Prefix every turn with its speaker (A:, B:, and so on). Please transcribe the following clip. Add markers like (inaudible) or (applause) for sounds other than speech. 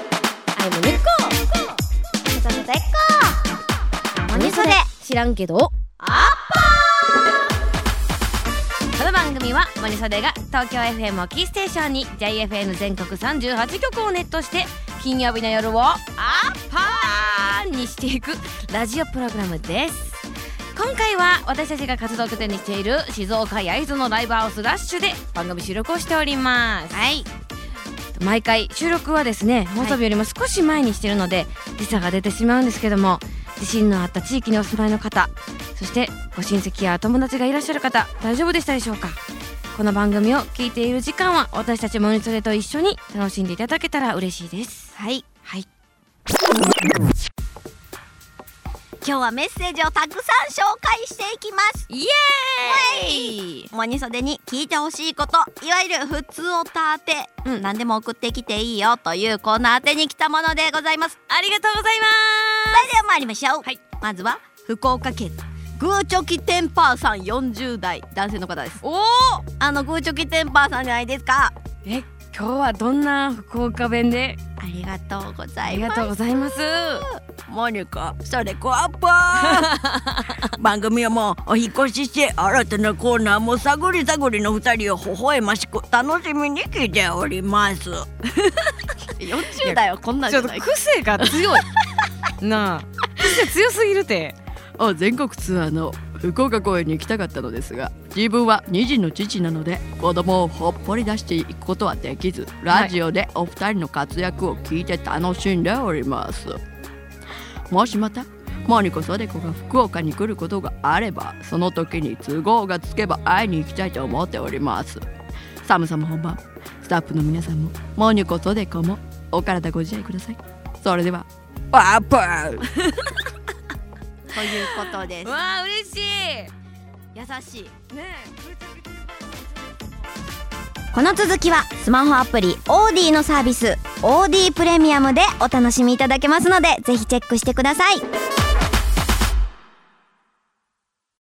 A: のもねっこ
B: そそそ絶好何それ
A: 知らんけど
B: あ
A: この番組はマニソデが東京 FM をキーステーションに JFN 全国38局をネットして金曜日の夜をアッパーにしていくラジオプログラムです今回は私たちが活動拠点にしている静岡焼津のライブハウスラッシュで番組収録をしておりますはい毎回収録はですね放送日よりも少し前にしてるので時差が出てしまうんですけども地震のあった地域にお住まいの方そしてご親戚や友達がいらっしゃる方大丈夫でしたでしょうかこの番組を聞いている時間は私たちモニトレと一緒に楽しんでいただけたら嬉しいですはいはい
B: 今日はメッセージをたくさん紹介していきます
A: イエーイ
B: モニソデに聞いてほしいこといわゆる普通おたて、
A: うん
B: 何でも送ってきていいよというコーナー宛てに来たものでございます
A: ありがとうございま
B: それでは参りましょう、
A: はい
B: まずは福岡県グーチョキテンパーさん40代男性の方です
A: すおお
B: あのグーチョキテンパーさんじゃないですか
A: え今日はどんな福岡弁で
B: ありがとうござ
A: あ
B: い
A: り
B: ま
A: が
B: す
A: とうございます
B: モニカそれコアッパー番組はもうお引越しして新たなコーナーも探り探りの二人を微笑ましく楽しみに聞いております40代はこんなんじゃない
A: 癖が強いなあ癖強すぎるて
C: あ全国ツアーの福岡公演に行きたかったのですが自分は2児の父なので子供をほっぽり出していくことはできずラジオでお二人の活躍を聞いて楽しんでおります、もしまたモニコソデコが福岡に来ることがあればその時に都合がつけば会いに行きたいと思っております寒さも本番スタッフの皆さんもモニコソデコもお体ご自愛くださいそれではパパ
B: (laughs) ということです
A: わあ嬉しい
B: 優しい
A: ね
B: この続きはスマホアプリオーディのサービスオーディプレミアムでお楽しみいただけますのでぜひチェックしてください